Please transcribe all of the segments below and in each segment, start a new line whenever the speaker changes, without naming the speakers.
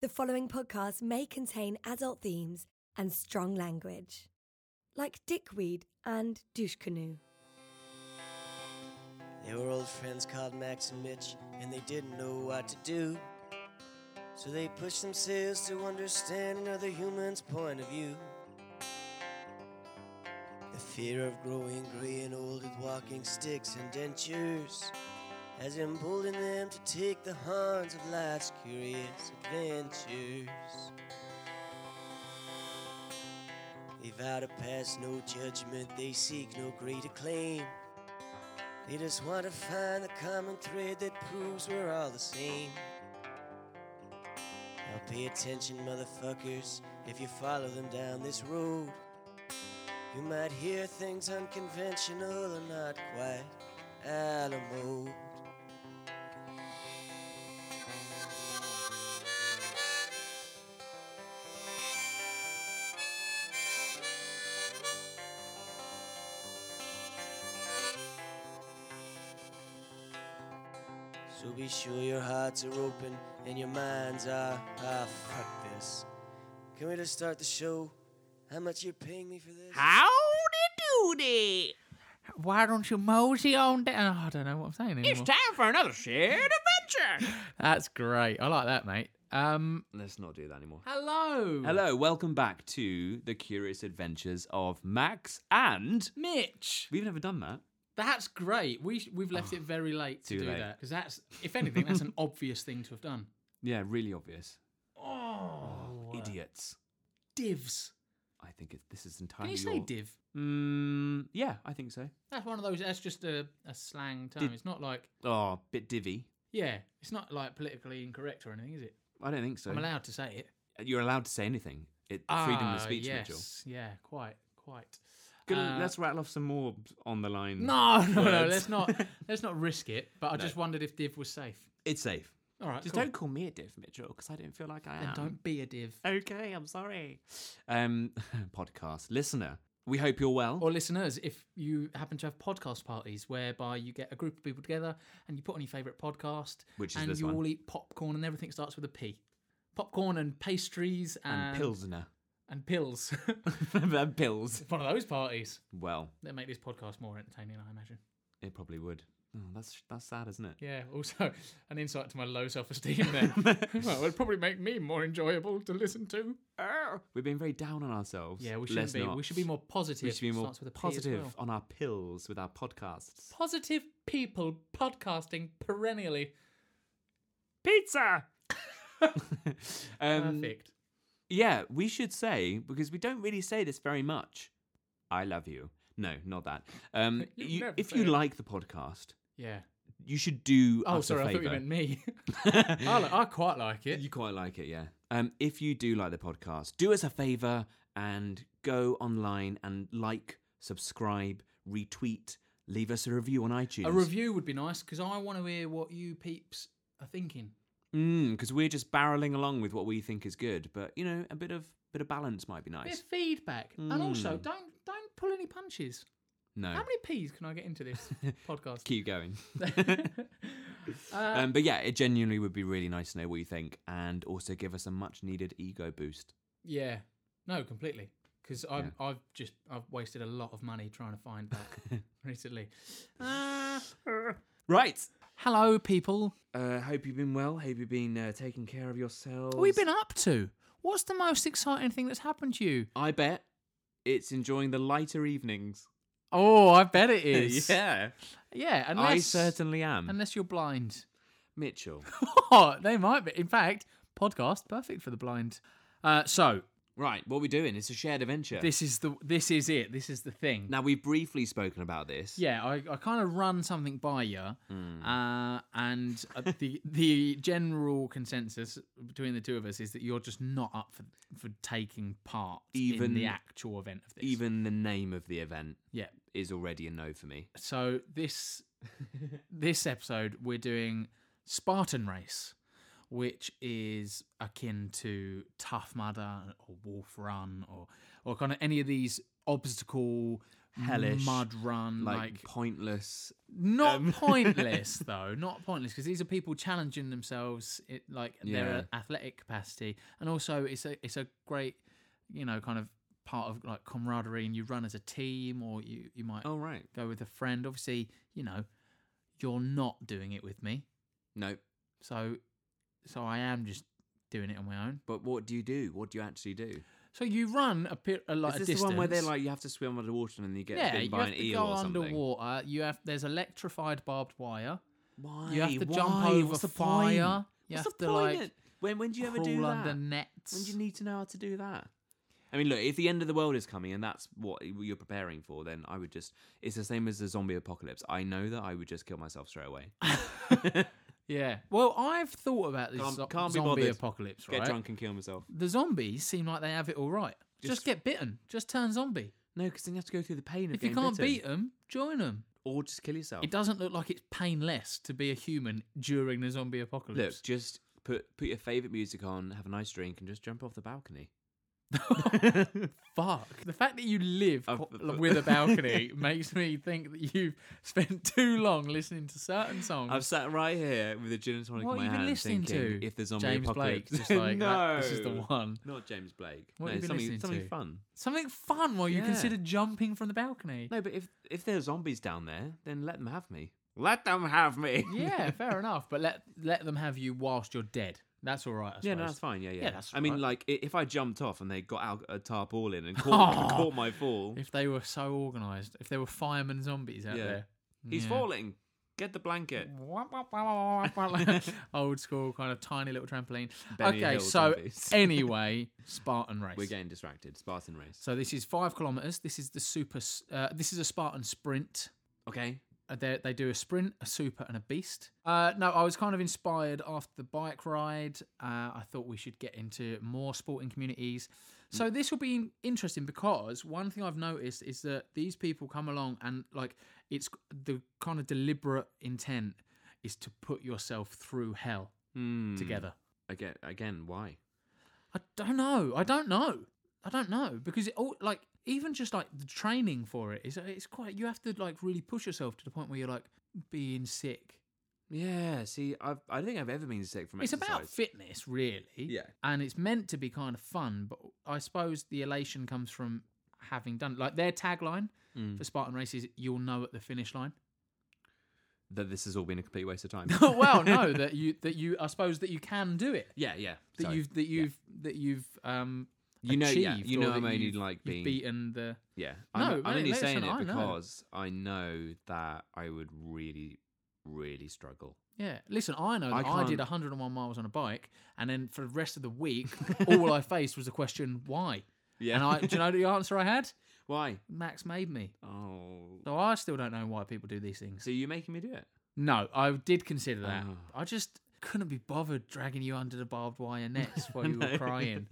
The following podcast may contain adult themes and strong language, like dickweed and douche canoe.
They were old friends called Max and Mitch, and they didn't know what to do. So they pushed themselves to understand another human's point of view. The fear of growing gray and old with walking sticks and dentures has emboldened them to take the horns of life's curious adventures. They vow to pass no judgment, they seek no great acclaim. They just want to find the common thread that proves we're all the same. Now pay attention, motherfuckers, if you follow them down this road. You might hear things unconventional and not quite out of mode. So be sure your hearts are open and your minds are. Ah, fuck this. Can we just start the show? How much you paying me for this?
Howdy doody!
Why don't you mosey on down? Oh, I don't know what I'm saying anymore.
It's time for another shared adventure!
That's great. I like that, mate. Um,
Let's not do that anymore.
hello.
Hello, welcome back to the curious adventures of Max and
Mitch.
we've never done that.
That's great. We we've left it very late to
Oh, too
do
late.
that because that's, if anything, that's an obvious thing to have done.
Yeah, really obvious.
Oh,
Idiots.
divs.
I think it, this is
Can
entirely.
you say
your-
div?
Mm, yeah, I think so.
That's one of those. That's just a, a slang term.
Div-
it's not like
Oh, bit divvy.
yeah. It's not like politically incorrect or anything, is it?
I don't think so. Uh,
I'm allowed to say it.
You're allowed to say anything. It, freedom
Ah,
of speech,
yes.
Mitchell.
Yeah, quite, quite.
Good,
Uh,
let's rattle off some more on the line.
No, no, no.
words.
Let's not. Let's not risk it. But I just wondered if div was safe.
It's safe.
All right.
Just
cool. Um,
don't call me a div, Mitchell, because I don't feel like I
Then
am.
don't be a div.
Okay, I'm sorry. Um, podcast listener, we hope you're well.
Or listeners, if you happen to have podcast parties whereby you get a group of people together and you put on your favourite podcast,
Which is
and
this
you
one.
all eat popcorn and everything starts with a P, popcorn and pastries and,
and pilsner.
and pills.
and pills.
One of those parties
Well,
that make this podcast more entertaining, I imagine.
it probably would. Oh, that's that's sad, isn't it?
Yeah. Also, an insight to my low self-esteem there. well, it'd probably make me more enjoyable to listen to.
We've been very down on ourselves.
Yeah, we should
Let's
be.
not.
We should be more positive.
We should be more
Starts with a P as
positive
well.
on our pills with our podcasts.
Positive people podcasting perennially.
Pizza. um,
Perfect.
Yeah, we should say because we don't really say this very much. I love you. No, not that. Um,
You
you-
never
if
say
you
it.
like the podcast,
yeah.
you should do.
Oh,
us
sorry.
a
I thought you
favour.
meant me. I, li- I quite like it.
You quite like it, yeah. Um, if you do like the podcast, do us a favor and go online and like, subscribe, retweet, leave us a review on iTunes.
A review would be nice because I want to hear what you peeps are thinking.
because Mm, we're just barreling along with what we think is good, but you know, a bit of bit of balance might be
A bit of
nice.
feedback, and also
Mm.
don't don't pull any punches.
No,
How many P's can I get into this podcast?
keep going.
uh,
um, but yeah, it genuinely would be really nice to know what you think, and also give us a much needed ego boost.
yeah. No, completely. Because I've I've just I've wasted a lot of money trying to find that recently. Uh,
Right.
hello, people.
Uh, hope you've been well. Hope you've been uh, taking care of yourselves.
What have you been up to? What's the most exciting thing that's happened to you?
I bet it's enjoying the lighter evenings.
Oh, I bet it is.
yeah.
Yeah, unless
I certainly am.
unless you're blind.
Mitchell.
they might be. In fact, podcast perfect for the blind. Uh, so
right, what we're doing, it's a shared adventure.
this is the this is it. This is the thing.
now, we've briefly spoken about this.
yeah, I, I kind of run something by you,
Hmm.
uh, and uh, the the general consensus between the two of us is that you're just not up for for taking part in
Even-
the actual event of this.
Even the name of the event
yeah,
is already a no for me.
so this this episode we're doing Spartan Race, which is akin to Tough Mudder or Wolf Run or or kind of any of these obstacle
hellish,
mud run,
like,
like
pointless.
not
Um,
pointless though not pointless because these are people challenging themselves it, like
Yeah.
their athletic capacity and also it's a it's a great you know kind of part of like camaraderie and you run as a team or you you might
Oh right,
go with a friend obviously you know you're not doing it with me
no.
so so i am just doing it on my own
But what do you do? What do you actually do?
so you run a, pe- a like
Is
a
this
distance
the one where they're like you have to swim underwater and then you get
yeah,
bitten
you
by
have
an
to
eel
go
or something?
underwater. You have there's electrified barbed wire.
Why?
You have to
Why?
jump over
What's the
fire.
Point?
You
What's
have
the
to,
point?
like,
when when do you ever
crawl
do that?
under nets.
When do you need to know how to do that? I mean, look, if the end of the world is coming and that's what you're preparing for, then I would just. It's the same as the zombie apocalypse. I know that I would just kill myself straight away.
yeah. Well, I've thought about this
Can't-
zo-
can't be
zombie
bothered.
apocalypse, right?
Get drunk and kill myself.
The zombies seem like they have it all right. Just,
Just-
get bitten. Just turn zombie.
No, because then you have to go through the pain of
If you
getting
can't 'em,
bitten.
beat them, join them.
or just kill yourself.
It doesn't look like it's painless to be a human during the zombie
Look,
apocalypse.
just put put your favorite music on, have a nice drink, and just jump off the balcony.
Fuck. The fact that you live
I've-
co- with a balcony makes me think that you've spent too long listening to certain songs.
I've sat right here with a gin and tonic
what have
in my
you been
hand,
listening
thinking
to?
if the zombie
James
apocalypse.
Blake, just like,
no,
that- this is the one.
Not James Blake.
What
no,
have you been
something,
listening
something
to?
fun.
Something fun while you
Yeah.
consider jumping from the balcony.
No, but if if there are zombies down there, then let them have me. Let them have me.
yeah, fair enough. But let let them have you whilst you're dead. That's all right. I
Yeah, no,
suppose.
that's fine. Yeah, yeah.
that's
I mean,
right.
like, i- if I jumped off and they got out a tarpaulin and caught, caught my fall,
If they were so organised, if there were fireman zombies out
Yeah.
there,
he's
Yeah.
falling. Get the blanket.
old school kind of tiny little trampoline.
Benny
okay,
Hill
so
zombies.
anyway, Spartan race.
We're getting distracted. Spartan race.
so this is five kilometers. This is the super. s- Uh, this is a Spartan sprint.
Okay.
Uh, They they do a sprint, a super, and a beast. Uh, no, I was kind of inspired after the bike ride. Uh, I thought we should get into more sporting communities. So this will be interesting because one thing I've noticed is that these people come along and like it's the kind of deliberate intent is to put yourself through hell
Hmm.
together.
Again, again, why?
I don't know. I don't know. I don't know because it all like even just like the training for it is uh, it's quite you have to like really push yourself to the point where you're like being sick.
Yeah. See, I've I don't think I've ever been sick from
It's
exercise.
about fitness, really.
Yeah.
And it's meant to be kind of fun, but I suppose the elation comes from having done like their tagline
Mm.
for Spartan races, you'll know at the finish line.
that this has all been a complete waste of time.
Oh, well, no, that you that you I suppose that you can do it.
yeah, yeah.
That
sorry.
you've that you've that you've um
you know, yeah,
achieved
you
or
know,
that
I'm only
you've-
like
you've
being
beaten the
Yeah,
No,
I'm, I'm
mate,
only
listen,
saying it
I know.
because I know that I would really, really struggle.
Yeah, listen, I know
I
that I, did
can't-
101 miles on a bike, and then for the rest of the week, all I faced was the question, why?
Yeah.
And I, do you know the answer I had?
Why?
Max made me.
Oh,
So I still don't know why people do these things.
so you're making me do it?
No, I did consider that.
Oh.
I just couldn't be bothered dragging you under the barbed wire nets while you were crying.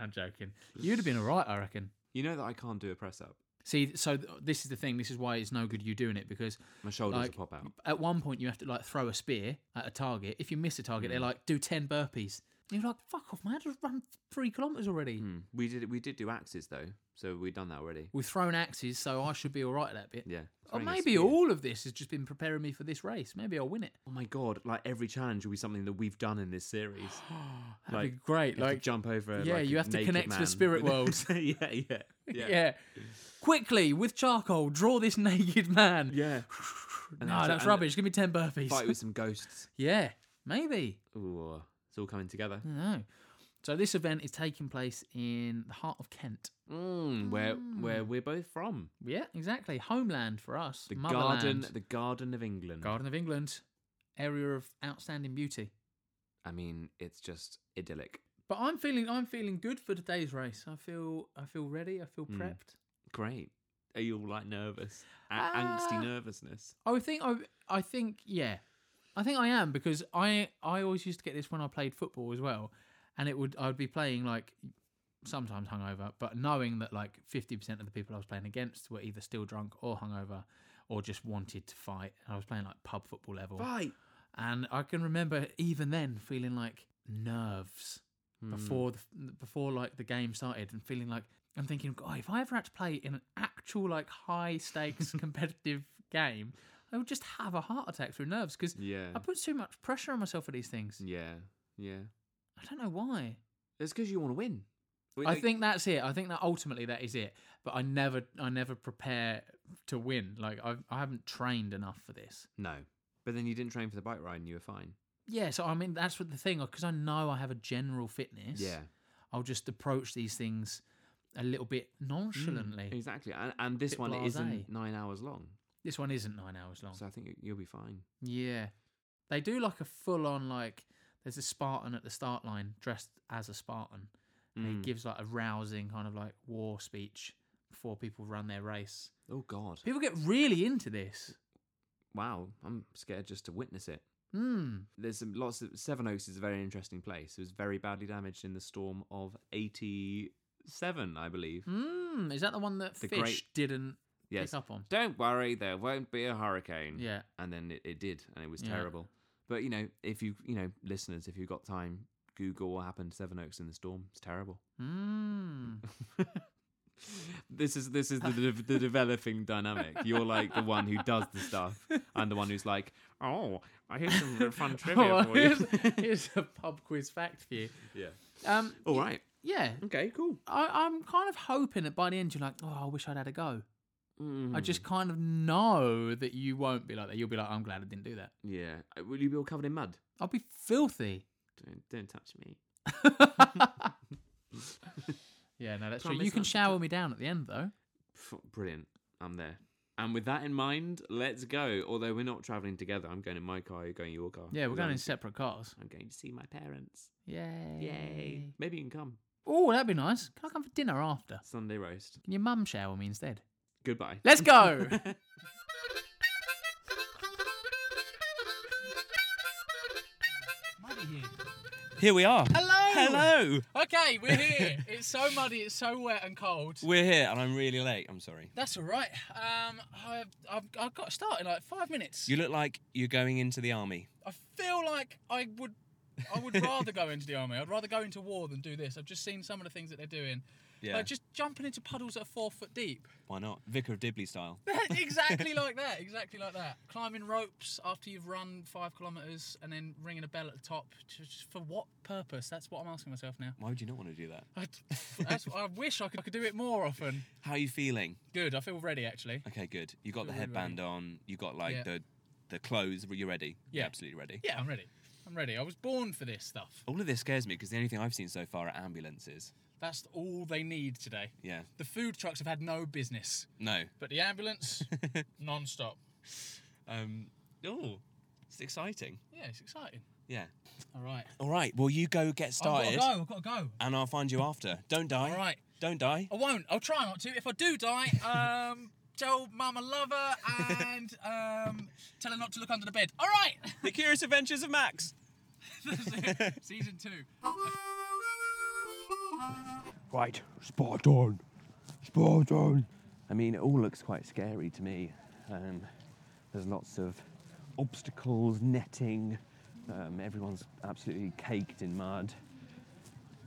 I'm joking. You'd have been all right, I reckon.
You know that I can't do a press up.
See, so th- this is the thing. This is why it's no good you doing it because
My shoulders
Like-
will pop out.
at one point you have to like throw a spear at a target. If you miss a target,
Hmm.
they're like, do ten burpees. And you're like, fuck off, man! I just run three kilometers already.
Hmm. We did we did do axes though, so we've done that already.
We've thrown axes, so I should be all right at that bit.
Yeah.
Or
throwing a
Oh, maybe
spear.
all of this has just been preparing me for this race. Maybe I'll win it.
Oh my god! Like every challenge will be something that we've done in this series.
That'd be
Like,
great.
you have to
Like,
jump over.
yeah,
like,
you
a
have to
naked
connect to the
man
spirit
with-
world.
yeah, yeah, yeah,
yeah. quickly with charcoal, draw this naked man.
yeah. And
No,
that's-
that's
and
rubbish. Give me ten burpees.
Fight with some ghosts.
yeah, maybe.
Ooh, it's all coming together.
No. So this event is taking place in the heart of Kent.
Mm, where
Hmm.
where we're both from.
Yeah, exactly. Homeland for us.
The
motherland.
garden the garden of England.
Garden of England, area of outstanding beauty.
I mean, it's just idyllic.
But I'm feeling I'm feeling good for today's race. I feel I feel ready. I feel
Mm.
prepped.
Great. Are you all like nervous? A-
Ah.
angsty nervousness.
I think I I think yeah, I think I am because I I always used to get this when I played football as well, and it would I would be playing like sometimes hungover, but knowing that like fifty percent of the people I was playing against were either still drunk or hungover, or just wanted to fight. I was playing like pub football level.
Right.
And I can remember even then feeling like nerves before the, before like the game started and feeling like I'm thinking, God, if I ever had to play in an actual like high stakes competitive game, I would just have a heart attack through nerves because
Yeah.
I put so much pressure on myself for these things.
Yeah. Yeah.
I don't know why.
It's because you want to win.
I think that's it. I think that ultimately that is it. But I never, I never prepare to win. Like I, I haven't trained enough for this.
No. But then you didn't train for the bike ride and you were fine.
Yeah. So I mean, that's what the thing because I know I have a general fitness.
Yeah.
I'll just approach these things a little bit
Mm.
nonchalantly.
Exactly. And, and this
Bit
one it
blasé.
isn't nine hours long.
This one isn't nine hours long.
So I think you- you'll be fine.
Yeah. They do like a full on like there's a Spartan at the start line dressed as a Spartan. And he
Mm.
gives like a rousing kind of like war speech before people run their race.
Oh, God.
People get really into this.
Wow. I'm scared just to witness it.
Mm.
There's some, lots of. Seven Oaks is a very interesting place. It was very badly damaged in the storm of 87, I believe.
Mm. Is that the one that
The
Fish
great-
didn't
Yes.
pick up on?
Don't worry, there won't be a hurricane.
Yeah.
and then it, it did, and it was
Yeah.
terrible. But you know, if you you know, listeners, if you've got time, Google what happened to Seven Oaks in the storm. It's terrible.
Mm.
This is this is the de- the developing dynamic. You're like the one who does the stuff. I'm the one who's like, oh, I hear some good fun trivia
Oh,
for you.
here's, here's a pub quiz fact for you.
yeah.
Um,
All right.
yeah,
Okay. Cool.
I, I'm kind of hoping that by the end you're like, oh, I wish I'd had a go.
Mm.
I just kind of know that you won't be like that. You'll be like, I'm glad I didn't do that.
Yeah. Uh, Will you be all covered in mud?
I'll be filthy.
Don't don't touch me.
yeah, no, that's true.
Promise
You can
not to
shower me down at the end, though.
F- Brilliant. I'm there. And with that in mind, let's go. Although we're not traveling together, I'm going in my car. You're going in your car.
Yeah, we're
'Cause
going
I'm-
in separate cars.
I'm going to see my parents.
Yay.
Yay. Maybe you can come.
Oh, that'd be nice. Can I come for dinner after?
Sunday roast.
Can your mum shower me instead?
Goodbye.
Let's go.
Here we are. Hello.
Okay, we're here. it's so muddy, it's so wet and cold.
We're here, and I'm really late. I'm sorry.
That's all right. Um, I've, I've, I've got to start in like five minutes.
You look like you're going into the army.
I feel like I would I would rather go into the army. I'd rather go into war than do this. I've just seen some of the things that they're doing.
Yeah.
Like just jumping into puddles that are four foot deep.
Why not? Vicar of Dibley style.
exactly like that. Exactly like that. Climbing ropes after you've run five kilometres and then ringing a bell at the top. Just for what purpose? That's what I'm asking myself now.
Why would you not want to do that?
I, that's, I wish I could, I could do it more often.
How are you feeling?
Good. I feel ready actually.
Okay, good. You got the
Feel really
headband on. You got like
Yeah.
the the clothes. You're ready. You're
Yeah.
absolutely ready.
Yeah, I'm ready. I'm ready. I was born for this stuff.
All of this scares me because the only thing I've seen so far are ambulances.
That's all they need today.
Yeah.
The food trucks have had no business.
No.
But the ambulance, non-stop.
Um. Oh, it's exciting.
Yeah, it's exciting.
Yeah.
All right.
All right. Well, you go get started,
I've got to go. I've got to go.
and I'll find you after. Don't die.
All right.
Don't die.
I won't. I'll try not to. If I do die, um, tell mum I love her and um, tell her not to look under the bed. All right.
The Curious Adventures of Max.
Season two.
Right, spot on. Spot on. I mean, it all looks quite scary to me. Um, there's lots of obstacles, netting. Um, everyone's absolutely caked in mud.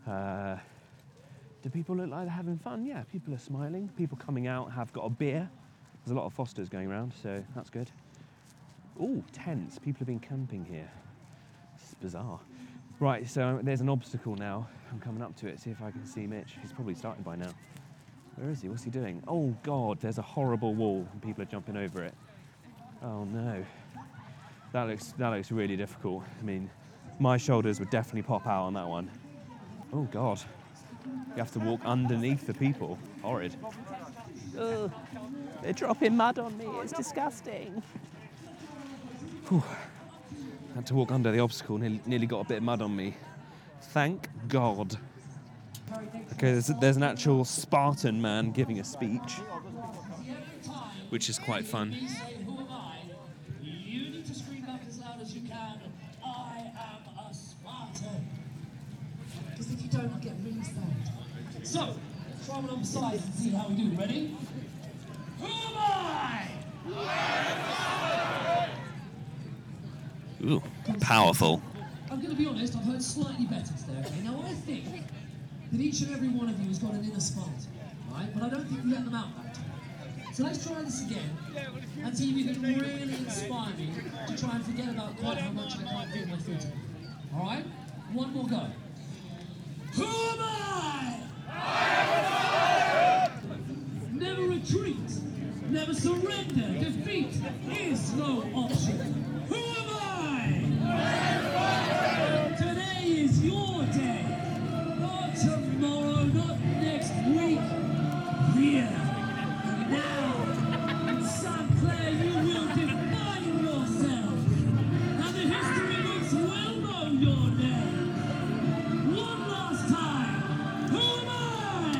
Uh, do people look like they're having fun? Yeah, people are smiling. People coming out have got a beer. There's a lot of Fosters going around, so that's good. Ooh, tents. People have been camping here. It's bizarre. Right, so um, there's an obstacle now. I'm coming up to it, see if I can see Mitch. He's probably started by now. Where is he? What's he doing? Oh god, there's a horrible wall and people are jumping over it. Oh no. That looks that looks really difficult. I mean, my shoulders would definitely pop out on that one. Oh god. You have to walk underneath the people. Horrid. Ugh. They're dropping mud on me. It's disgusting. Had to walk under the obstacle, nearly, nearly got a bit of mud on me. Thank God. Okay, there's, there's an actual Spartan man giving a speech, which is quite fun.
Who am I? You need to scream back as loud as you can. I am a Spartan.
Because if you don't, I'll get really sad.
So, try one on the side and see how we do. Ready? Who am I?
Ooh, powerful.
I'm going to be honest, I've heard slightly better today, okay? Now, I think that each and every one of you has got an inner spot, right? But I don't think we let them out that time. So let's try this again and see if you can really inspire me to try and forget about quite how much I can't feel my foot. All right? One more go. Who am I? Never retreat. Never surrender. Defeat is no option. Who am I? Today is your day. Not tomorrow, not next week. Here, now. And Sinclair, you will define yourself. And the history books will know your name. One last time. Who am I?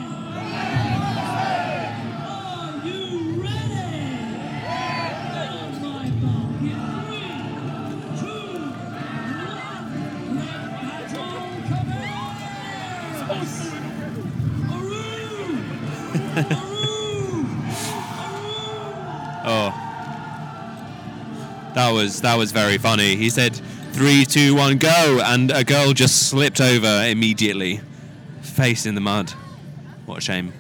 Are you ready? Down my mark in three, two, one. Let that all commence. Aroo! Aroo! Aroo!
Oh. That was that was very funny. He said three, two, one, go, and a girl just slipped over immediately. Face in the mud. What a shame.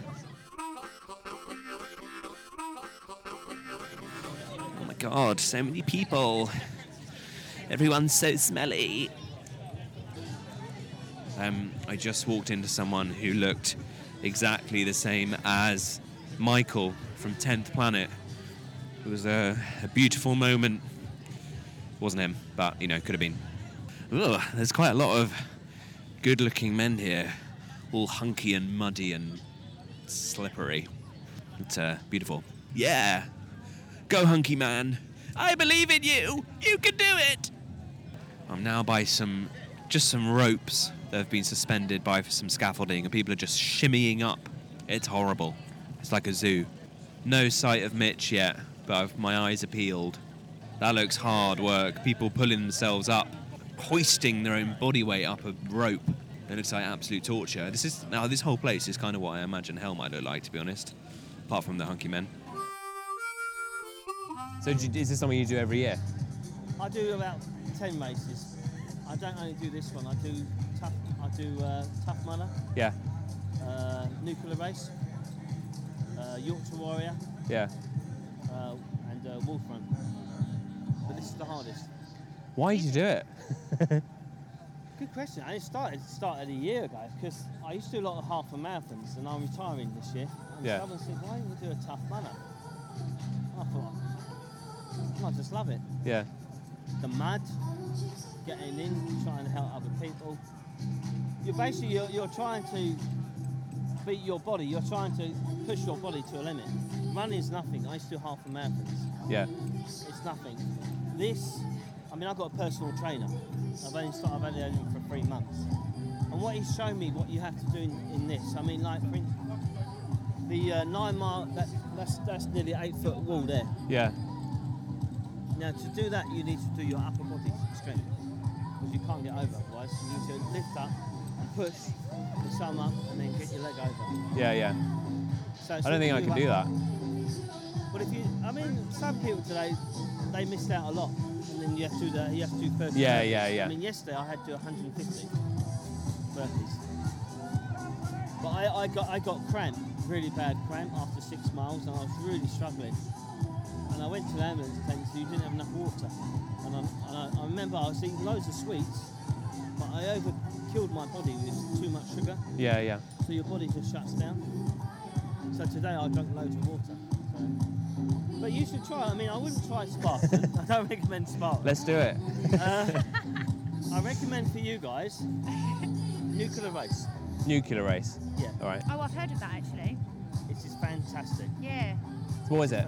Oh my god, so many people. Everyone's so smelly.
Um, I just walked into someone who looked exactly the same as Michael from 10th Planet. It was a, a beautiful moment. Wasn't him, but you know, could have been. Ugh, there's quite a lot of good looking men here, all hunky and muddy and slippery. It's uh, beautiful. Yeah! Go, hunky man! I believe in you! You can do it! I'm now by some, just some ropes that have been suspended by some scaffolding, and people are just shimmying up. It's horrible. It's like a zoo. No sight of Mitch yet, but I've, my eyes are peeled. That looks hard work. People pulling themselves up, hoisting their own body weight up a rope. It looks like absolute torture. This is now this whole place is kind of what I imagine hell might look like, to be honest. Apart from the hunky men.
So, do, is this something you do every year?
I do about ten races. I don't only do this one. I do tough. I do uh, Tough Mudder,
Yeah,
uh, Nuclear Race, uh, Yorkshire Warrior,
yeah.
uh, and uh, Wolf Run. But this is the hardest.
Why did you do it?
Good question. I started started a year ago because I used to do a lot of half and marathons, and I'm retiring this year. And
Yeah.
someone said, "Why don't you do a Tough Mudder?" And I thought, "Oh, I just love it.
Yeah.
The mud, getting in, trying to help other people. You're basically you're, you're trying to beat your body. You're trying to push your body to a limit. Running is nothing. I used to do half a marathons.
Yeah.
It's nothing. This, I mean, I've got a personal trainer. I've only started, I've only had him for three months. And what he's shown me, what you have to do in, in this, I mean, like, for in, the uh, nine mile, that, that's, that's nearly eight foot wall there.
Yeah.
Now, to do that, you need to do your upper body strength because you can't get over otherwise. You need to lift up and push the thumb up and then get your leg over.
Yeah, yeah.
So
I don't think I can do that.
But if you, I mean, some people today they missed out a lot, and then you have to do that. You have to do first.
Yeah,
burpees.
yeah, yeah.
I mean, yesterday I had to do 150 burpees, but I, I got I got cramp, really bad cramp after six miles, and I was really struggling. And I went to the ambulance and they said you didn't have enough water. And, I, and I, I remember I was eating loads of sweets, but I overkilled my body with too much sugar
Yeah, yeah.
so your body just shuts down. So today I drank loads of water. So. But you should try. it. I mean, I wouldn't try Spartan. I don't recommend Spartan.
Let's do it.
Uh, I recommend for you guys nuclear race.
Nuclear race.
Yeah,
All right.
Oh, I've heard of that actually.
it is fantastic.
Yeah.
What is it?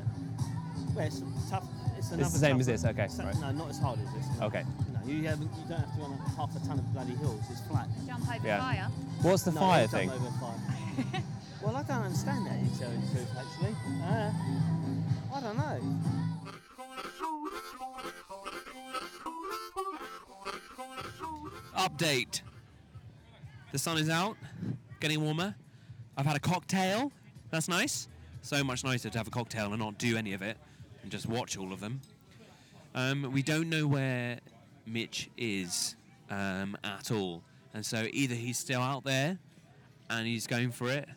Well, it's tough. It's, another
It's the same
tough
as this. Okay.
So-
Right.
No, not as hard as this. no.
Okay.
No, you haven't. You don't have to run up half a ton of bloody hills. It's flat.
Jump over
Yeah.
fire.
What's the
No,
fire
it's not
thing?
over fire. well, I don't understand that utility proof actually. Uh, I don't know.
Update. The sun is out, getting warmer. I've had a cocktail. That's nice. So much nicer to have a cocktail and not do any of it and just watch all of them. Um, we don't know where Mitch is um, at all. And so either he's still out there and he's going for it,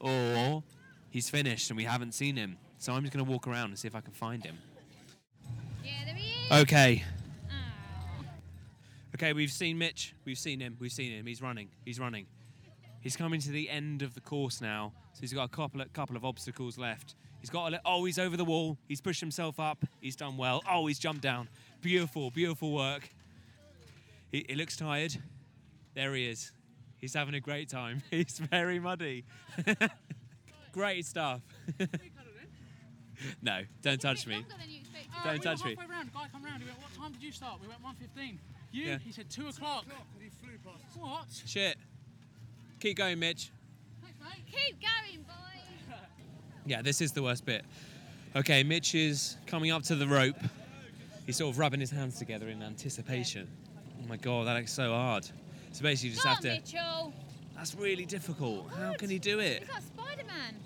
or he's finished and we haven't seen him. So I'm just going to walk around and see if I can find him.
Yeah, there he
Uh,
is.
Okay.
Aw.
Okay, we've seen Mitch. We've seen him. We've seen him. He's running. He's running. He's coming to the end of the course now. So he's got a couple of, couple of obstacles left. He's got a li- oh, he's over the wall. He's pushed himself up. He's done well. Oh, he's jumped down. Beautiful, beautiful work. He, he looks tired. There he is. He's having a great time. He's very muddy. great stuff. no, don't touch me. Don't
we
touch
were
me.
halfway round, guy come round, he went, what time did you start? We went 1.15. You?
Yeah.
He said 2 o'clock. and he flew past. What?
Shit. Keep going, Mitch.
Keep going, boys.
Yeah, this is the worst bit. Okay, Mitch is coming up to the rope. He's sort of rubbing his hands together in anticipation. Oh my god, that looks so hard. So basically, you just
Go
have
on,
to.
Mitchell.
That's really difficult. How can he do it?
He's like Spider-Man.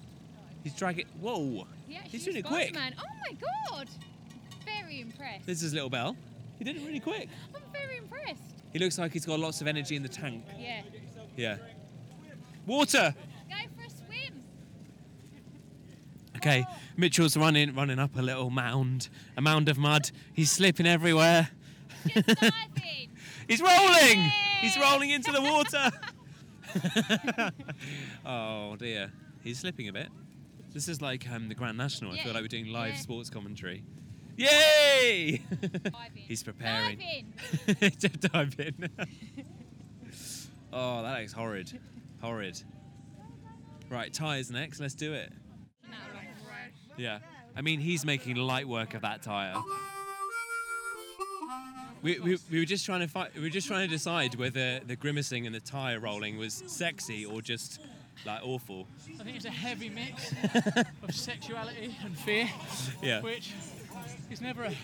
He's dragging. Whoa!
He actually
He's
is
doing it quick.
Spider-Man. Oh my god. Very impressed.
This is Little Bell. He did it really quick.
I'm very impressed.
He looks like he's got lots of energy in the tank.
Yeah.
Yeah. Water.
Go for a swim.
Okay, Mitchell's running, running up a little mound, a mound of mud. He's slipping everywhere. He's rolling. He's rolling into the water. oh dear, he's slipping a bit. This is like um, the Grand National. I feel like we're doing live sports commentary. Yay! he's preparing. Dive in. Dive in. oh, that looks horrid. Horrid. Right, tyres next. Let's do it. Yeah. I mean, he's making light work of that tire. We, we, we were just trying to fight, we were just trying to decide whether the grimacing and the tire rolling was sexy or just like awful.
I think it's a heavy mix of sexuality and fear,
Yeah.
which is never a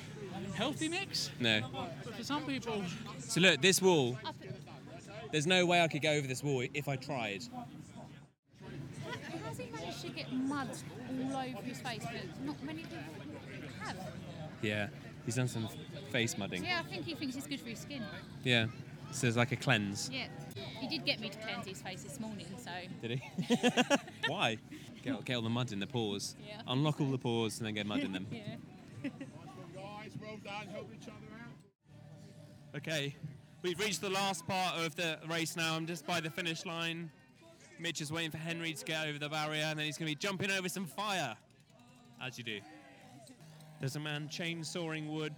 healthy mix.
No.
But for some people,
So look, this wall. There's no way I could go over this wall if I tried.
How's he managed to get mud all over his face? But not many people have.
Yeah. He's done some face mudding.
Yeah, I think he thinks it's good for his skin.
Yeah. So there's like a cleanse.
Yeah. He did get me to cleanse his face this morning, so.
Did he? Why? Get, all- get all the mud in the pores.
Yeah.
Unlock all the pores and then get mud in them.
Yeah.
Guys, well done, help each other out.
Okay, we've reached the last part of the race now. I'm just by the finish line. Mitch is waiting for Henry to get over the barrier, and then he's going to be jumping over some fire, as you do. There's a man chainsawing wood.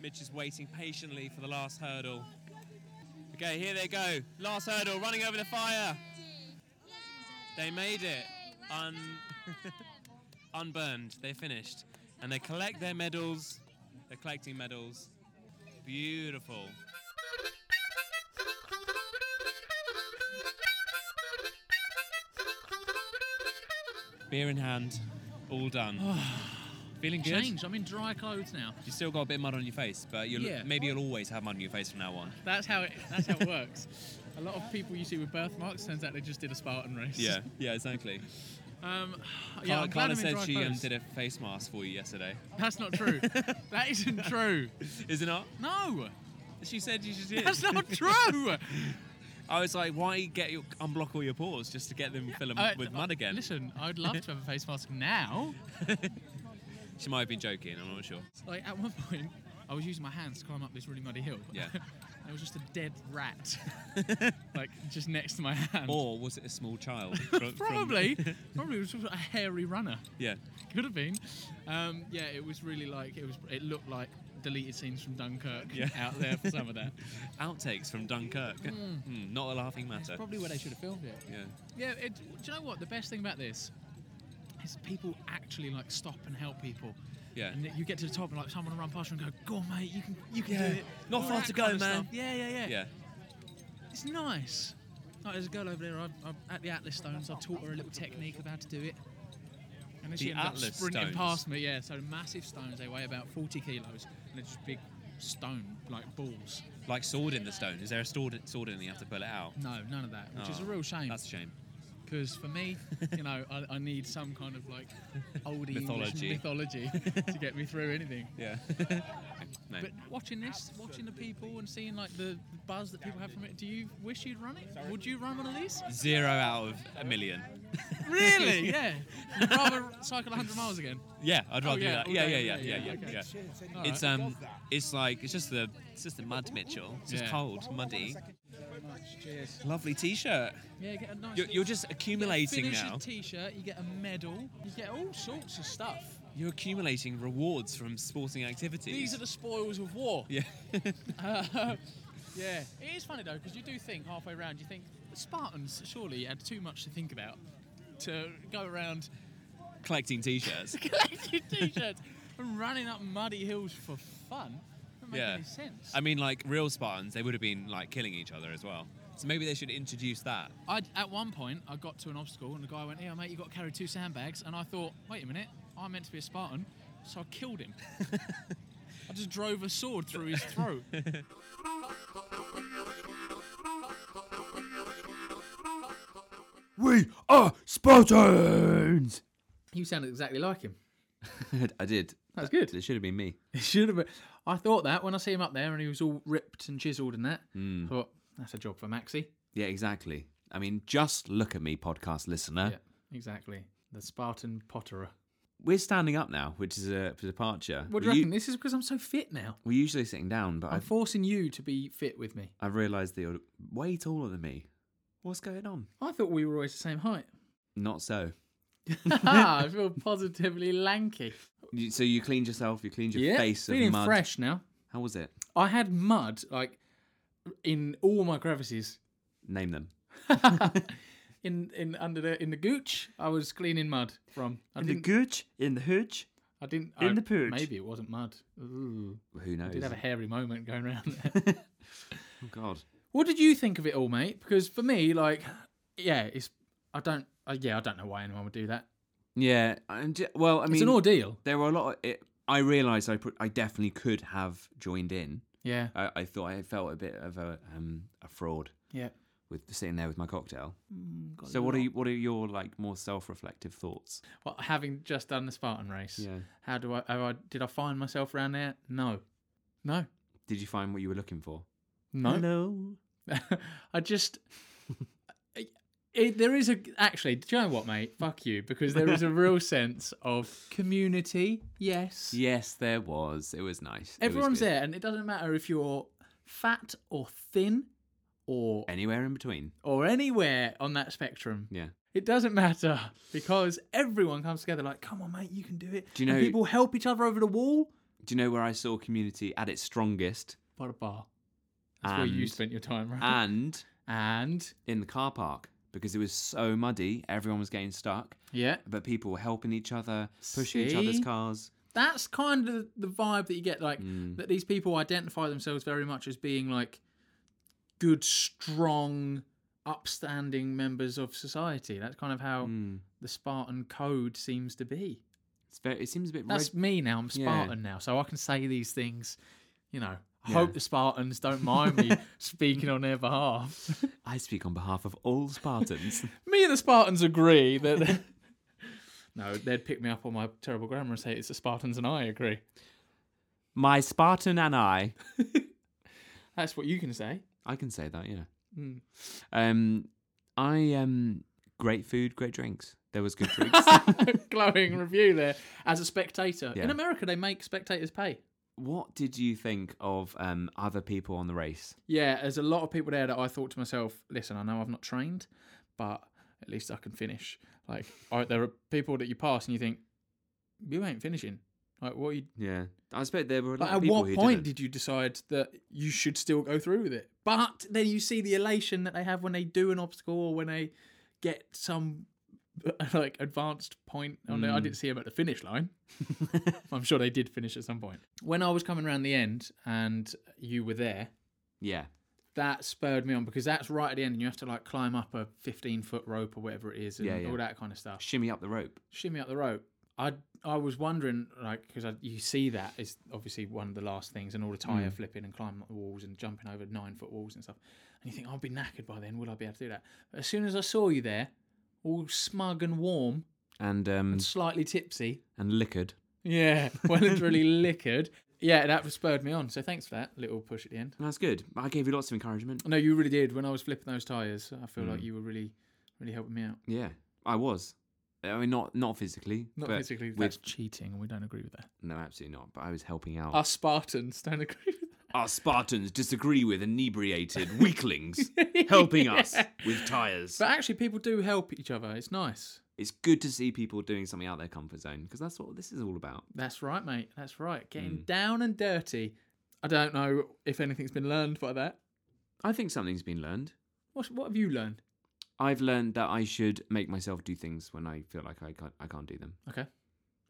Mitch is waiting patiently for the last hurdle. Okay, here they go. Last hurdle, running over the fire. They made it. Un- unburned. They finished. And they collect their medals. They're collecting medals. Beautiful. Beer in hand, all done. Feeling good?
Changed. I'm in dry clothes now.
You still got a bit of mud on your face, but you'll,
Yeah.
maybe you'll always have mud on your face from now on.
that's how it, that's how it works. A lot of people you see with birthmarks turns out they just did a Spartan race.
Yeah, yeah, exactly.
Um, yeah,
Carla,
I'm glad
Carla
I'm in
said
dry
she um,
clothes.
did a face mask for you yesterday.
That's not true. that isn't true.
Is it not?
No.
She said you should.
That's not true.
I was like, why get your unblock all your pores just to get them fill them
Uh,
with mud again?
Listen, I'd love to have a face mask now.
She might have been joking. I'm not sure.
Like at one point, I was using my hands to climb up this really muddy hill.
Yeah.
there was just a dead rat, like just next to my hand.
Or was it a small child? From- from-
probably, probably it was just a hairy runner.
yeah.
Could have been. Um, yeah, it was really like it was. It looked like deleted scenes from Dunkirk
Yeah.
out there for some of that.
Outtakes from Dunkirk.
Mm.
Mm, not a laughing matter.
Probably where they should have filmed it.
Yeah.
Yeah, it, do you know what? The best thing about this is people actually like stop and help people.
Yeah.
And you get to the top and like someone will run past you and go, "Go on, mate, you can, you can
Yeah.
do it."
Not
All
far
that
to
kind
go,
of
man.
stuff. Yeah, yeah, yeah.
Yeah.
It's nice. Like, there's a girl over there. I, I, at the Atlas Stones, I taught her a little technique of how to do it. And then
The
she ended up
Atlas
sprinting
Stones.
past me. Yeah. So massive stones. They weigh about 40 kilos, and they're just big stone like balls.
Like sword in the stone. Is there a sword, sword in and you have to pull it out?
No, none of that, which is
Oh,
a real shame.
That's a shame.
Because for me, you know, I, I need some kind of like old
Mythology.
mythology to get me through anything.
Yeah. No.
But watching this, watching the people and seeing like the buzz that people have from it, do you wish you'd run it? Would you run one of these?
Zero out of a million.
Really? yeah. You'd rather cycle 100 miles again.
Yeah, I'd rather
Oh, yeah,
do that.
all
Yeah,
day,
yeah, yeah, yeah,
yeah, yeah,
yeah,
okay.
yeah.
Alright.
It's um, it's like it's just the it's just the mud, Mitchell. It's just
Yeah.
Oh,
cold, muddy. Lovely T-shirt.
Yeah, get a nice
You're,
little-
you're just accumulating
Finish
now.
a t-shirt, you get a medal, you get all sorts of stuff.
You're accumulating rewards from sporting activities.
These are the spoils of war.
yeah.
Uh, yeah, it is funny though because you do think halfway round, you think the Spartans surely had too much to think about to go around
Collecting T-shirts.
collecting t-shirts and running up muddy hills for fun. Doesn't make
yeah.
any sense.
I mean, like real Spartans, they would have been like killing each other as well. So maybe they should introduce that.
I, at one point, I got to an obstacle and the guy went, "Yeah, mate, you got to carry two sandbags." And I thought, "Wait a minute, I'm meant to be a Spartan," so I killed him. I just drove a sword through his throat.
We are Spartans!
You sounded exactly like him.
I did.
That's good.
It should have been me.
It should have been. I thought that when I see him up there and he was all ripped and chiseled and that.
Mm.
I thought, that's a job for Maxi.
Yeah, exactly. I mean, just look at me, podcast listener.
Exactly. The Spartan potterer.
We're standing up now, which is a departure.
What do you
We u-
reckon? This is because I'm so fit now.
We're usually sitting down, but
I'm
I've,
forcing you to be fit with me.
I've realised that you're way taller than me. What's going on?
I thought we were always the same height. Ah,
Not so.
I feel positively lanky.
You, so you cleaned yourself, you cleaned your
Yeah,
face of
feeling
mud.
fresh now.
How was it?
I had mud like in all my crevices.
Name them.
In in under the in the gooch, I was cleaning mud from. I
In the
didn't-
gooch, in the hooch.
I didn't.
in
I-
the pooch.
Maybe it wasn't mud. Ooh.
Who
I
knows?
did have a hairy moment going around. there.
Oh God.
what did you think of it all, mate? Because for me, like, yeah, it's. I don't. Uh, yeah, I don't know why anyone would do that.
Yeah, and j- well, I
It's
mean,
an ordeal.
There were a lot. Of, it, I realised I put, I definitely could have joined in.
Yeah.
I, I thought I felt a bit of a um a fraud.
Yeah.
with sitting there with my cocktail.
Mm, got
so what are
lot.
you, what are your like more self reflective thoughts?
Well, having just done the Spartan race,
Yeah.
how do I? How I did I find myself around there? No, no,
Did you find what you were looking for?
no. I just. It, there is a actually. Do you know what, mate? Fuck you, because there is a real sense of community. Yes,
Yes, there was. It was nice. It was
everyone's
good.
there, and it doesn't matter if you're fat or thin or
Anywhere in between.
or anywhere on that spectrum.
Yeah.
It doesn't matter because everyone comes together. Like, come on, mate, you can do it.
Do you
And
know-
people help each other over the wall
Do you know where I saw community at its strongest?
by the bar. That's where you spent your time, right?
And
and
in the car park because it was so muddy, everyone was getting stuck.
Yeah.
But people were helping each other, pushing each other's
See?
cars.
That's kind of the vibe that you get, like
Mm.
that these people identify themselves very much as being like good, strong, upstanding members of society. That's kind of how
Mm.
the Spartan code seems to be.
It's very, it seems a bit.
That's
reg-
me now. I'm
Yeah.
Spartan now, so I can say these things. You know, I
Yeah.
hope the Spartans don't mind me speaking on their behalf.
I speak on behalf of all Spartans.
me and the Spartans agree that. no, they'd pick me up on my terrible grammar and say it's the Spartans and I agree.
My Spartan and I.
That's what you can say.
I can say that, yeah.
Mm.
Um, I um, great food, great drinks. There was good drinks.
Glowing review there as a spectator.
Yeah.
In America, they make spectators pay.
what did you think of um other people on the race?
Yeah, there's a lot of people there that I thought to myself, listen, I know I've not trained, but at least I can finish. Like, I, there are people that you pass and you think, you ain't finishing. Like, what? Are you,
Yeah, I expect there were a lot
like,
of
at
people
what
who
point
didn't.
did you decide that you should still go through with it? But then you see the elation that they have when they do an obstacle or when they get some like advanced point. Oh, no, I
Mm.
didn't see them at the finish line. I'm sure they did finish at some point. When I was coming around the end and you were there,
Yeah,
that spurred me on because that's right at the end and you have to like climb up a 15 foot rope or whatever it is and
Yeah, yeah.
all that kind of stuff
shimmy up the rope.
shimmy up the rope i i was wondering like because you see that is obviously one of the last things and all the tire
Mm.
flipping and climbing up the walls and jumping over nine foot walls and stuff and you think i'll be knackered by then will i be able to do that but as soon as i saw you there all smug and warm
And um
and slightly tipsy.
and liquored.
Yeah, well and truly liquored. Yeah, that spurred me on. So thanks for that little push at the end.
That's good. I gave you lots of encouragement.
No, you really did. When I was flipping those tires, I feel
Mm.
like you were really, really helping me out.
Yeah, I was. I mean, not not physically.
Not
but
physically. That's
With
cheating, and we don't agree with that.
no, absolutely not. But I was helping out.
Our Spartans don't agree. with
Our Spartans disagree with inebriated weaklings helping us with tires.
But actually, people do help each other. It's nice.
It's good to see people doing something out of their comfort zone because that's what this is all about.
That's right, mate. That's right. Getting
Mm.
down and dirty. I don't know if anything's been learned by that.
I think something's been learned.
What What have you learned?
I've learned that I should make myself do things when I feel like I can't. I can't do them.
Okay.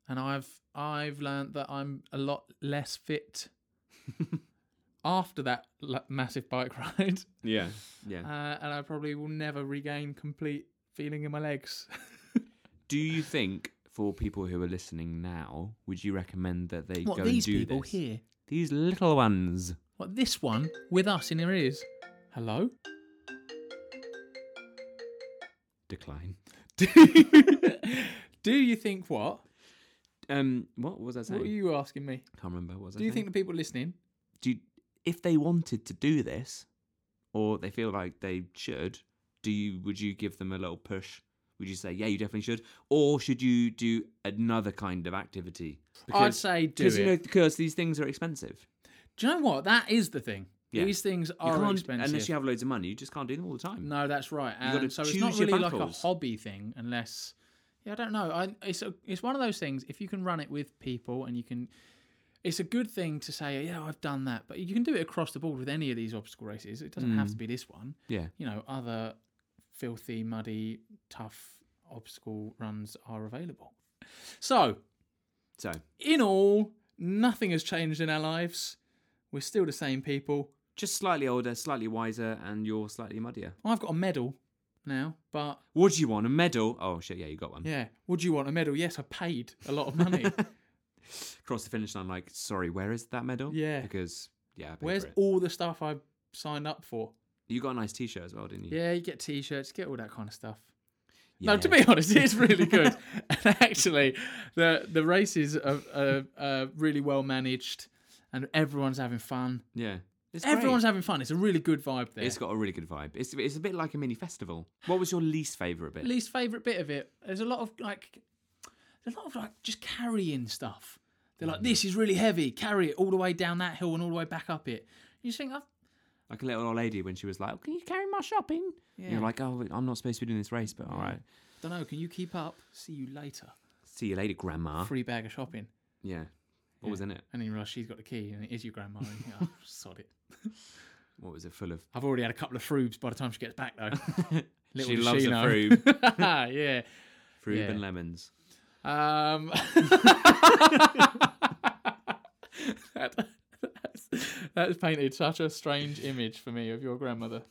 And I've I've learned that I'm a lot less fit after that l- massive bike ride.
Yeah, yeah.
Uh, and I probably will never regain complete feeling in my legs.
Do you think for people who are listening now, would you recommend that they
What,
go
these
and do
people
this?
here?
These little ones.
What this one with us in her ears? Hello.
Decline.
Do you think what?
Um, what was I saying?
What were you asking me?
Can't remember. What was I
Do you
saying?
think the people listening?
do you, if they wanted to do this or they feel like they should do you would you give them a little push would you say yeah you definitely should or should you do another kind of activity
say do
because you know
it.
because these things are expensive
Do you know what? That is the thing. These things
You
are
can't-
expensive.
unless you have loads of money you just can't do them all the time
No, that's right.
You gotta
And so it's not
choose your
really like a
battles.
hobby thing, unless yeah, I don't know. I, it's a, it's one of those things. If you can run it with people, and you can, it's a good thing to say, yeah, I've done that. But you can do it across the board with any of these obstacle races. It doesn't have
Mm.
to be this one.
Yeah.
you know, other filthy, muddy, tough obstacle runs are available. So
so
in all, nothing has changed in our lives. We're still the same people.
just slightly older slightly wiser and you're slightly muddier
I've got a medal now, but
would you want a medal oh shit yeah you got one
Yeah. Would you want a medal? Yes, I paid a lot of money.
across the finish line like sorry where is that medal
Yeah.
because yeah I paid for
Where's
it.
all the stuff I signed up for?
you got a nice t-shirt as well didn't you
Yeah, you get t-shirts, get all that kind of stuff. No, to
Yeah.
be honest, it's really good. and actually, the the races are, are, are really well managed, and everyone's having fun.
Yeah. It's
everyone's
great.
having fun. It's a really good vibe there.
It's got a really good vibe. It's it's a bit like a mini festival. What was your least favorite bit?
least favorite bit of it. There's a lot of like, there's a lot of like just carrying stuff. They're like, this is really heavy. Carry it all the way down that hill and all the way back up it. You just think, I've
Like a little old lady when she was like, "Oh, "Can you carry my shopping?"
Yeah.
You're like, "Oh, I'm not supposed to be doing this race, but all right."
don't know. Can you keep up? See you later.
See you later, grandma.
Free bag of shopping.
Yeah. What
Yeah.
was in it?
And then you realise she's got the key, and it is your grandma. and you think, oh, sod it.
What was it full of?
I've already had a couple of froobs by the time she gets back, though. Little
She
does
loves a
know.
froob.
yeah.
Fruit
Yeah.
and lemons.
Um, that, that's, that's painted such a strange image for me of your grandmother.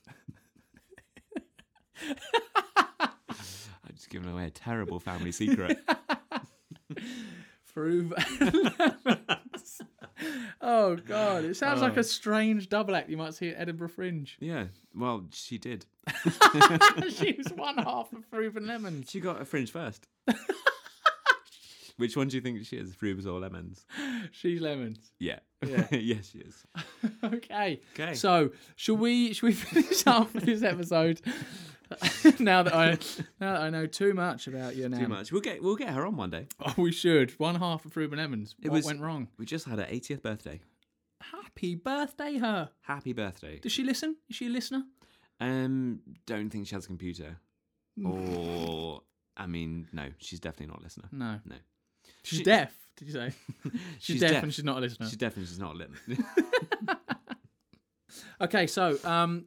I've just given away a terrible family secret.
Through lemons. Oh God! It sounds like
Oh.
a strange double act you might see at Edinburgh Fringe.
yeah. Well, she did.
she was one half of Fruit and Lemons.
She got a fringe first. Which one do you think she is? Fruits or lemons?
She's lemons.
Yeah.
Yeah.
yes, she is.
Okay.
Okay.
So, shall we? Shall we finish up this episode? now that I now that I know too much about your nan.
Too much. We'll get we'll get her on one day.
Oh, we should. One half of Ruben Emmons.
It
what
was-
went wrong?
We just had her 80th birthday.
Happy birthday, her.
Happy birthday.
Does she listen? Is she a listener?
Um, don't think she has a computer.
Mm.
Or, I mean, no, she's definitely not a listener.
No.
no.
She's
She-
deaf. Did you say? she's, deaf, and she's not a listener.
She's deaf and she's not a listener.
Okay. So, um,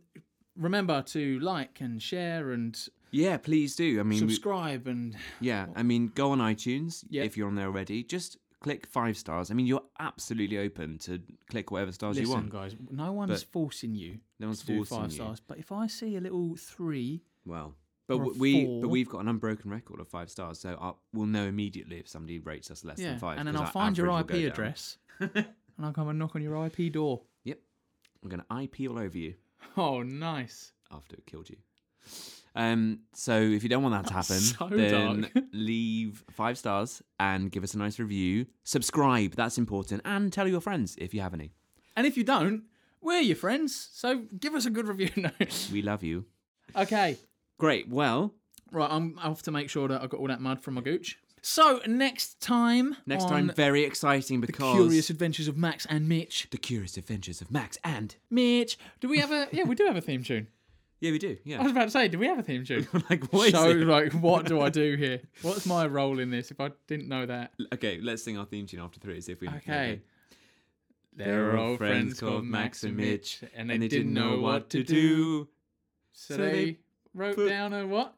remember to like and share and
yeah, please do. I mean, we-
subscribe and
yeah, I mean, go on iTunes
Yeah.
if you're on there already. Just click five stars. I mean, you're absolutely open to click whatever stars
listen,
you want.
guys. No one's
But-
forcing you.
No one's
to do
forcing
five
you.
stars. But if I see a little three,
Well, but
Or a
w- we
four.
but we've got an unbroken record of five stars, so i we'll know immediately if somebody rates us less
yeah,
than five.
and then
'cause
I'll
our
find your
average will go
IP
down.
address, and I'll come and knock on your IP door.
Yep, I'm gonna IP all over you
Oh, nice.
after it killed you. Um, so if you don't want that to happen,
That's so
then leave five stars and give us a nice review. Subscribe, that's important, and tell your friends if you have any.
And if you don't, we're your friends. So give us a good review. No.
We love you.
Okay.
Great. Well,
Right, I'm off to make sure that I got all that mud from my gooch. So next time.
next
on
time very exciting because
Curious Adventures of Max and Mitch.
The Curious Adventures of Max and
Mitch, do we have a? Yeah, we do have a theme tune.
Yeah, we do. Yeah.
I was about to say, do we have a theme tune?
like, what is
so,
it?
like, what do I do here? What's my role in this? If I didn't know that.
Okay, let's sing our theme tune after three. See if we
Okay.
They're all friends called Max and Mitch, and they didn't know what to do.
So,
So
they,
they
wrote
put-
down a what?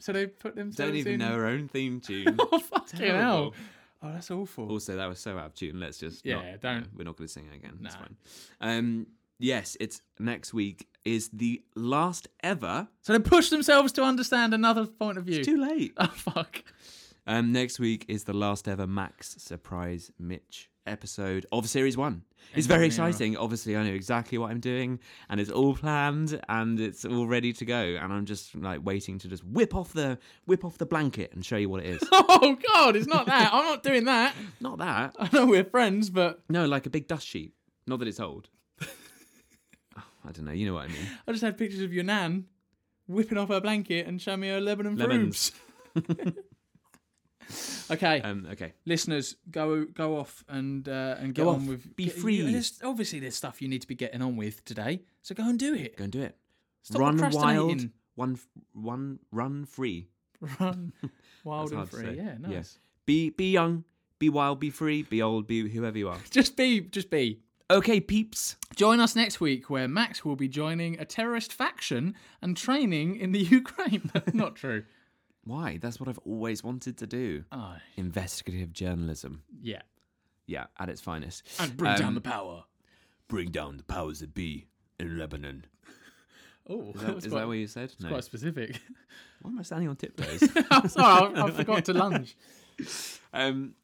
So they put themselves
Don't even
in...
know her own theme tune.
Oh, fucking
Terrible.
hell. Oh, that's awful.
Also, that was so out of tune. Let's just
Yeah,
not-
don't-
no, we're not going to sing it again. That's fine. Um, yes, it's next week is the last ever.
So they push themselves to understand another point of view. It's
too late.
Oh fuck.
Um, next week is the last ever Max surprise Mitch episode of series one. It's very
Exactly.
exciting. Obviously, I know exactly what I'm doing, and it's all planned, and it's all ready to go. And I'm just like waiting to just whip off the whip off the blanket and show you what it is.
Oh god, it's not that. I'm not doing that.
Not that.
I know we're friends, but
No, like a big dust sheet. Not that it's old. I don't know. You know what I mean.
I just had pictures of your nan whipping off her blanket and showing me her Lebanon
Lemons.
fruits. okay.
Um, okay.
Listeners, go go off and uh, and get
Go
on
off.
with
Be
get- you-
free.
there's- obviously, there's stuff you need to be getting on with today, so go and do it.
Go and do it.
Stop
run wild,
procrastinating.
one, f- one, run free.
Run wild
That's
and
hard to
free.
say.
Yeah, nice.
Be be young, be wild, be free, be old, be whoever you are.
Just be, just be.
Okay, peeps.
Join us next week where Max will be joining a terrorist faction and training in the Ukraine. That's not true.
Why? That's what I've always wanted to do.
Oh.
Investigative journalism.
Yeah.
Yeah, at its finest.
And bring down
Um,
the power.
Bring down the powers that be in Lebanon.
Oh,
Is that, is that what you said?
It's quite specific.
Why am I standing on tiptoes?
I'm sorry, I, I forgot to lunge.
Um,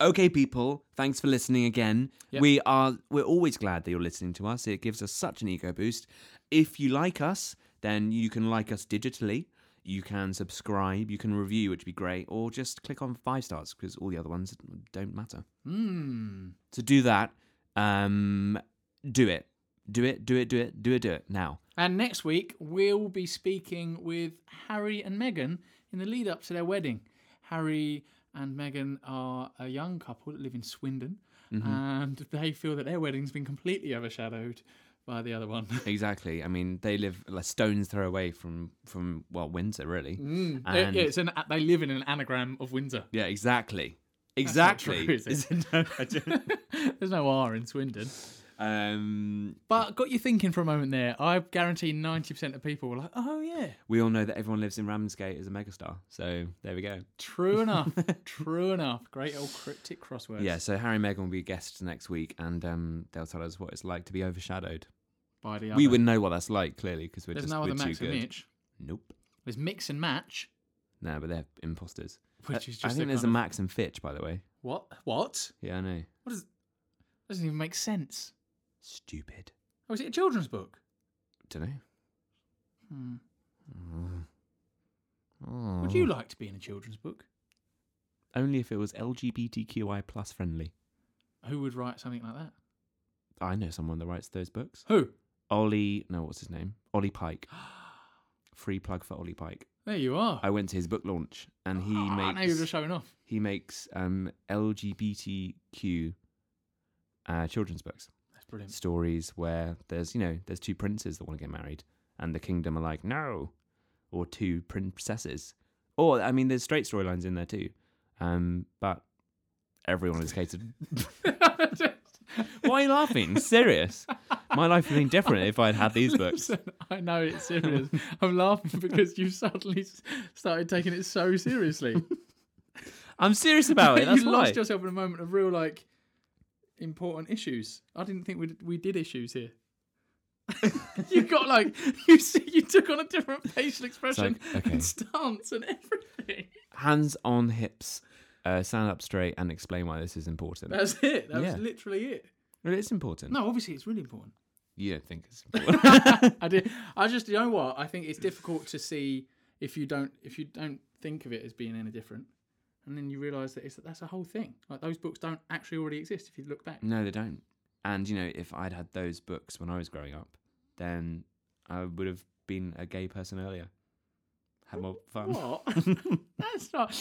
okay, people, thanks for listening again.
Yep.
We are we're always glad that you're listening to us. It gives us such an ego boost. If you like us, then you can like us digitally. You can subscribe. You can review, which would be great, or just click on five stars because all the other ones don't matter.
Hmm.
To do that, um, do it, do it, do it, do it, do it, do it now.
And next week, we'll be speaking with Harry and Meghan in the lead up to their wedding. Harry and Meghan are a young couple that live in Swindon,
Mhm.
and they feel that their wedding's been completely overshadowed by the other one.
Exactly. I mean, they live a stone's throw away from from well Windsor, really.
Mm.
And-
it's an, they live in an anagram of Windsor.
Yeah, exactly.
That's not
Exactly.
true, is it?
Is it- no, I don't-
There's no R in Swindon.
um,
But got you thinking for a moment there. I guarantee 90% of people were like, oh, yeah,
we all know that everyone lives in Ramsgate is a megastar. So there we go.
true enough. true enough. Great old cryptic crosswords.
Yeah, so Harry and Meghan will be guests next week and um, they'll tell us what it's like to be overshadowed.
By the
We
other.
wouldn't know what that's like, clearly, because we're
There's
just
no
we're
other Max
too
and
good.
Mitch.
Nope.
There's mix and match.
No, but they're imposters.
Which
I-
is
I
just
think
a
there's
kind
a
of-
Max and Fitch, by the way.
What? What?
Yeah, I know.
What does? Doesn't even make sense.
Stupid.
Oh, is it a children's book?
Don't know.
Hmm.
Oh.
Would you like to be in a children's book?
Only if it was LGBTQI plus friendly.
Who would write something like that?
I know someone that writes those books.
Who?
Ollie, no, what's his name? Ollie Pike. Free plug for Ollie Pike.
There you are.
I went to his book launch, and
"Oh,
he
Ah, I know you're
makes
just showing off.
he makes um, LGBTQ uh, children's books,
That's brilliant.
stories where there's you know there's two princes that want to get married, and the kingdom are like no, or two princesses, or I mean there's straight storylines in there too, um, but everyone is catered. Why are you laughing? Serious. My life would have been different if I'd had these books.
Listen, I know it's serious. I'm laughing because you suddenly s- started taking it so seriously.
I'm serious about it. Oh, That's
you
why.
lost yourself in a moment of real like important issues. I didn't think we we did issues here. you got like you see, you took on a different facial expression
okay.
and stance and everything.
hands on hips, uh, stand up straight, and explain why this is important.
That's it. That
Yeah.
was literally it.
Well, it's important.
No, obviously it's really important.
You don't think it's
I did. I just you know what I think it's difficult to see if you don't if you don't think of it as being any different, and then you realise that it's that's a whole thing. Like those books don't actually already exist if you look back.
No, they don't. And you know, if I'd had those books when I was growing up, then I would have been a gay person earlier. Had more fun.
What? that's not.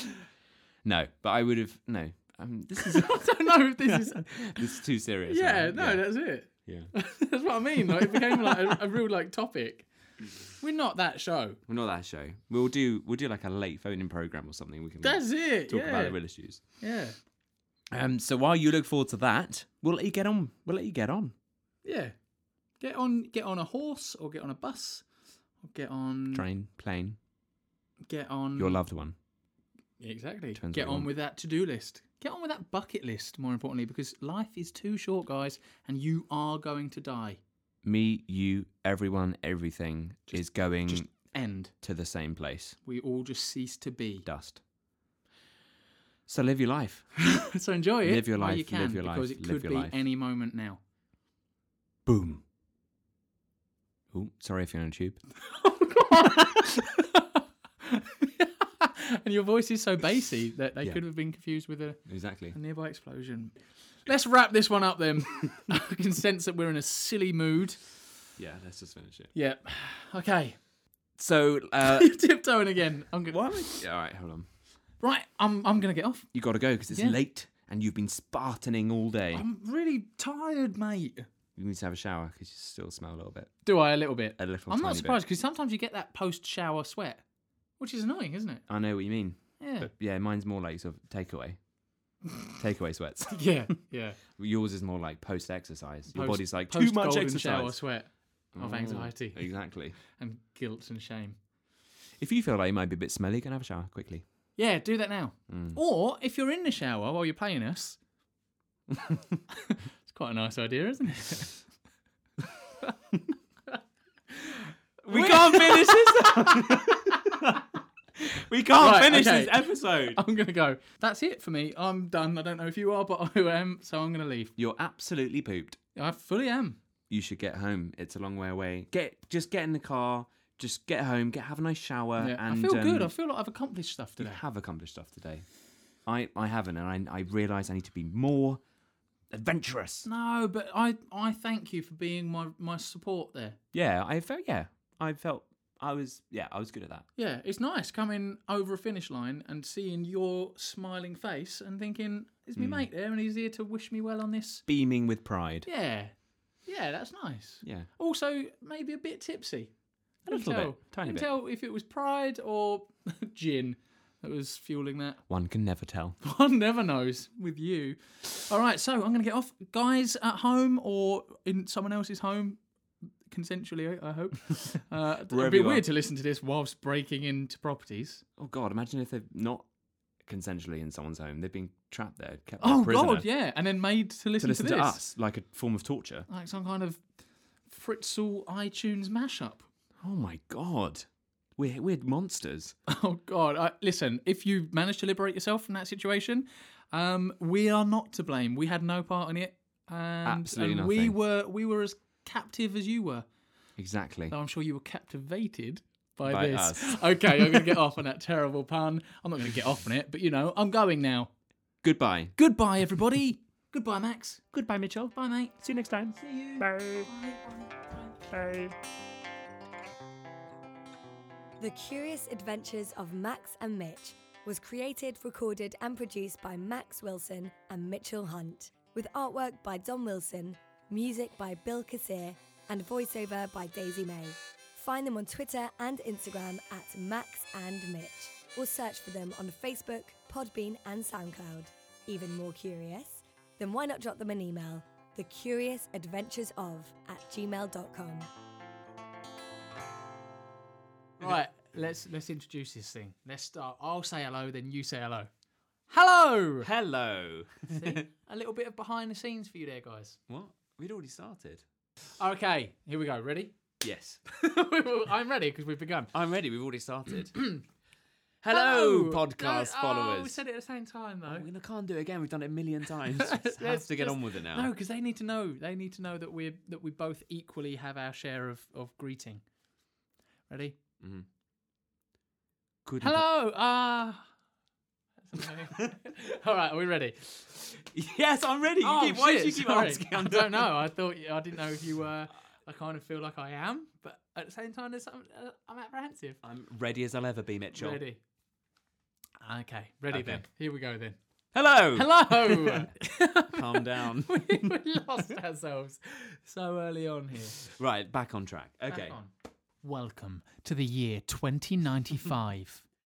No, but I would have no. Um, this is I
don't know if this is.
this is too serious.
Yeah,
man.
no, that's it.
Yeah.
that's what I mean. Like it became like a, a real like topic. We're not that show.
We're not that show. We'll do we'll do like a late phoning program or something. We can
That's it,
Talk
yeah.
about the real issues.
Yeah.
Um. So while you look forward to that, we'll let you get on. We'll let you get on.
Yeah. Get on get on a horse or get on a bus or get on
Train, plane,
get on
your loved one.
Exactly.
Depends
get
what you
on
want.
with that to-do list. Get on with that bucket list more importantly because life is too short guys and you are going to die.
Me, you, everyone, everything is going
end
to the same place.
We all just cease to be
dust. So live your life.
so enjoy it.
Live your
while
life,
you can,
live your life,
because it
live
could
your
be
life.
any moment now.
Boom. Oh, sorry if you're on a tube.
And your voice is so bassy that they
Yeah.
could have been confused with a
Exactly.
a nearby explosion. Let's wrap this one up then. I can sense that we're in a silly mood.
Yeah, let's just finish it.
Yep. Okay.
So, uh,
You're tiptoeing again. I'm gonna.
all right, hold on.
Right. I'm. I'm gonna get off.
You got to go because it's
Yeah.
late and you've been spartaning all day.
I'm really tired, mate.
you need to have a shower because you still smell a little bit.
Do I a little bit?
A little.
I'm not
tiny bit.
surprised because sometimes you get that post-shower sweat, which is annoying, isn't it?
I know what you mean.
Yeah.
But yeah, mine's more like sort of takeaway. takeaway sweats.
Yeah, yeah.
Yours is more like post exercise. Your
Post-
body's like too much
post-golden
exercise.
shower sweat of
Oh,
anxiety.
Exactly.
and guilt and shame.
If you feel like you might be a bit smelly, go and have a shower quickly.
Yeah, do that now.
Mm.
Or if you're in the shower while you're playing us, it's quite a nice idea, isn't it?
We can't finish this. we can't
Right,
finish
okay.
this episode.
I'm gonna go. That's it for me. I'm done. I don't know if you are, but I am. So I'm gonna leave.
You're absolutely pooped.
I fully am.
You should get home. It's a long way away. Get just get in the car. Just get home. Get have a nice shower.
Yeah,
and
I feel good.
um,
I feel like I've accomplished stuff
you
today.
have accomplished stuff today. I I haven't, and I I realise I need to be more adventurous.
No, but I I thank you for being my my support there.
Yeah, I felt. Yeah, I felt. I was. Yeah, I was good at that.
Yeah, it's nice coming over a finish line and seeing your smiling face and thinking, "Is me
Mm.
mate there?" and he's here to wish me well on this.
Beaming with pride.
Yeah, yeah, that's nice.
Yeah.
Also, maybe a bit tipsy.
A little
tell.
bit, tiny
Couldn't
bit.
tell if it was pride or gin that was fueling that.
One can never tell.
One never knows with you. All right, so I'm going to get off. Guys at home or in someone else's home, consensually, I hope. Uh, it'd
Wherever
be
you are.
weird to listen to this whilst breaking into properties.
Oh God! Imagine if they're not consensually in someone's home. They've been trapped there, kept there
Oh,
prisoner
God, yeah. And then made to
to
listen to,
listen to,
this.
us like a form of torture.
Like some kind of Fritzl iTunes mashup.
Oh my God! We're we're monsters.
Oh God! I, listen, if you manage to liberate yourself from that situation, um, we are not to blame. We had no part in it, and,
Absolutely
and we
nothing.
were we were as captive as you were.
Exactly.
Though I'm sure you were captivated by,
By
this.
us.
Okay, I'm going to get off on that terrible pun. I'm not going to get off on it, but you know, I'm going now.
Goodbye.
Goodbye, everybody. Goodbye, Max. Goodbye, Mitchell. Bye, mate.
See you next time.
See you.
Bye. Bye.
The Curious Adventures of Max and Mitch was created, recorded, and produced by Max Wilson and Mitchell Hunt, with artwork by Don Wilson, music by Bill Kassir, and voiceover by Daisy May. Find them on Twitter and Instagram at Max and Mitch, or search for them on Facebook, Podbean, and SoundCloud. Even more curious? Then why not drop them an email? The Curious Adventures of at gmail.com.
Right, let's let's introduce this thing. Let's start. I'll say hello, then you say hello. Hello.
Hello.
See? A little bit of behind the scenes for you there, guys.
What? We'd already started.
Okay, here we go. Ready?
Yes.
I'm ready because we've begun.
I'm ready. We've already started.
Hello, podcast
No, Oh, we
followers.
said it at the same time though.
we can't do it again. We've done it a million times. Just have
Let's
to get
just-
on with it now.
No, because they need to know. They need to know that we are that we both equally have our share of of greeting. Ready?
Mhm. Guten
Hello. Ah. All right, are we ready?
Yes, I'm ready. You
oh,
keep- why do
shit,
you keep
sorry.
asking?
I don't know. I thought I didn't know if you were. I kind of feel like I am, but at the same time, there's something, uh, I'm apprehensive.
I'm ready as I'll ever be, Mitchell.
ready. Okay, ready
Okay.
then. Here we go then.
Hello.
Hello.
Calm down.
we, we lost ourselves so early on here.
Right, back on track. Okay.
Back on. Welcome to the year 2095.